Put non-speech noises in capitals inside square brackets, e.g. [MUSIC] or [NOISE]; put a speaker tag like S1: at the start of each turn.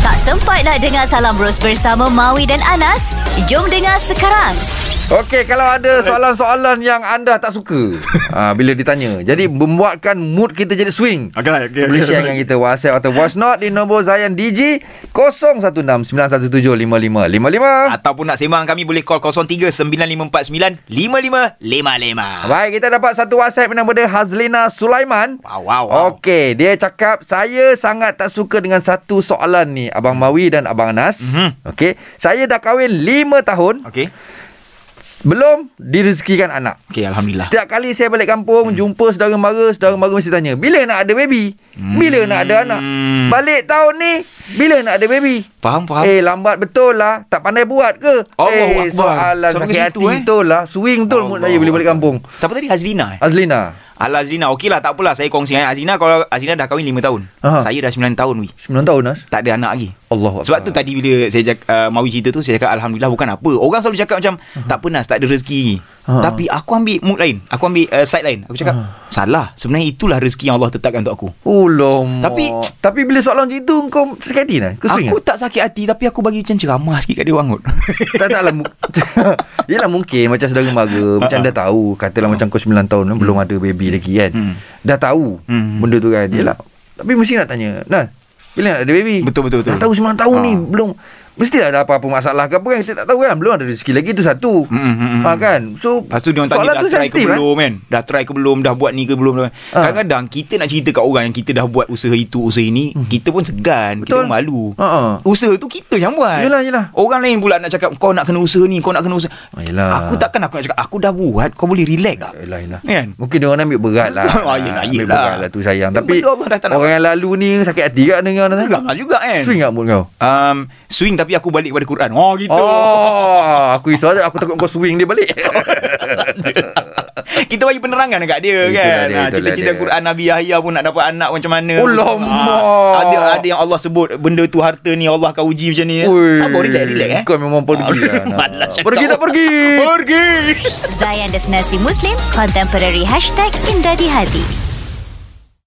S1: Tak sempat nak dengar Salam Bros bersama Maui dan Anas? Jom dengar sekarang.
S2: Okey, kalau ada soalan-soalan yang anda tak
S3: [LAUGHS]
S2: suka uh, bila ditanya. Jadi membuatkan mood kita jadi swing.
S4: Okay, lah, okay, okay.
S2: Boleh share dengan kita WhatsApp atau voice note di nombor Zayan DG 0169175555.
S3: Ataupun nak sembang kami boleh call 03-9549-5555.
S2: Baik, kita dapat satu WhatsApp nama dia Hazlina Sulaiman.
S3: Wow, wow, wow.
S2: Okey, dia cakap saya sangat tak suka dengan satu soalan ni Abang
S3: Hmm.
S2: Mawi dan Abang Anas.
S3: Mhm.
S2: Okey, saya dah kahwin 5 tahun,
S3: Okey.
S2: belum direzekikan anak.
S3: Okey, Alhamdulillah.
S2: Setiap kali saya balik
S3: Hmm.
S2: kampung Jumpa saudara mara Saudara mara mesti tanya Bila nak ada baby? Bila nak ada anak?
S3: Hmm.
S2: Balik tahun ni Bila nak ada baby?
S3: Faham, faham.
S2: Eh lambat betul lah Tak pandai buat ke?
S3: Allahu
S2: eh
S3: Akbar.
S2: soalan
S3: Sampai
S2: sakit
S3: ke
S2: hati
S3: situ, eh?
S2: betul lah Swing betul mood saya bila balik kampung
S3: Siapa tadi? Hazlina eh?
S2: Azlina
S3: Alah Azlina Okey lah tak apalah Saya kongsi eh. Azlina kalau Azlina dah kahwin 5 tahun
S2: Aha.
S3: Saya dah 9 tahun weh.
S2: 9 tahun Nas
S3: Tak ada anak lagi
S2: Allah
S3: Sebab tu tadi bila saya cak, uh, Mawi cerita tu Saya cakap Alhamdulillah bukan apa Orang selalu cakap macam Tak apa Nas tak ada rezeki
S2: Ha.
S3: Tapi aku ambil mood lain Aku ambil uh, side lain Aku cakap Salah Sebenarnya itulah rezeki yang Allah tetapkan untuk aku
S2: Oh lama
S3: Tapi-
S2: Tapi bila soalan macam itu Kau sakit hati Nas? Kau swing
S3: Aku tak sakit hati Tapi aku bagi macam ceramah sikit kat dia [LAUGHS] orang kot
S2: tak tak lah mu- [LAUGHS] Yelah mungkin Macam saudara mara Macam dah tahu Katalah macam kau 9 tahun Belum ada baby lagi kan
S3: Ha, Hmm.
S2: Dah tahu
S3: Hmm.
S2: Benda tu kan Yelah Tapi mesti nak tanya Nah Bila nak ada baby
S3: Betul, betul, betul.
S2: Dah tahu 9 tahun
S3: Ha.
S2: ni Belum Mesti tak ada apa-apa masalah ke apa kan Kita tak tahu kan Belum ada rezeki lagi tu satu
S3: Hmm, hmm, hmm,
S2: ha,
S3: hmm.
S2: kan So
S3: Lepas tu Ah. dia orang
S2: soalan
S3: tanya dah
S2: tu
S3: try ke
S2: sensitif, eh?
S3: belum kan Dah try ke belum Dah buat ni ke belum dah- Kadang-kadang kita nak cerita kat orang Yang kita dah buat usaha itu usaha ini Kita pun segan Kita
S2: Betul.
S3: pun malu
S2: Ha-ha.
S3: Usaha tu kita yang buat
S2: Yelah, yelah.
S3: Orang lain pula nak cakap Kau nak kena usaha ni Kau nak kena usaha
S2: Ah, yelah.
S3: Aku takkan aku nak cakap Aku dah buat Kau boleh relax tak
S2: Yelah, yelah.
S3: Kan?
S2: Eh, lah. Mungkin dia orang ambil berat lah.
S3: [LAUGHS] Ah, yelah,
S2: Ambil
S3: yelah.
S2: berat lah tu sayang.
S3: Ya,
S2: Tapi
S3: benda Allah dah tak nak
S2: orang yang lalu ni sakit hati kan dengan
S3: Geram lah juga kan
S2: Swing tak mood kau?
S3: um, Swing tapi aku balik pada Quran Oh gitu
S2: Oh, aku risau je. Aku takut kau swing dia
S3: [LAUGHS]
S2: balik.
S3: Kita bagi penerangan dekat dia
S2: Itulah
S3: kan.
S2: dia,
S3: Ha,
S2: itulah
S3: cerita-cerita
S2: dia.
S3: Quran Nabi Yahya pun nak dapat anak macam mana.
S2: Oh, lama.
S3: Ah, ada ada yang Allah sebut benda tu harta ni Allah akan uji macam ni.
S2: Ui,
S3: Sabar relax relax eh.
S2: Kau memang pergi lah. Nah.
S3: [LAUGHS] Malas cakap.
S2: Pergi tak pergi?
S3: Pergi.
S1: Zayan Destinasi Muslim Contemporary Hashtag Indah di Hati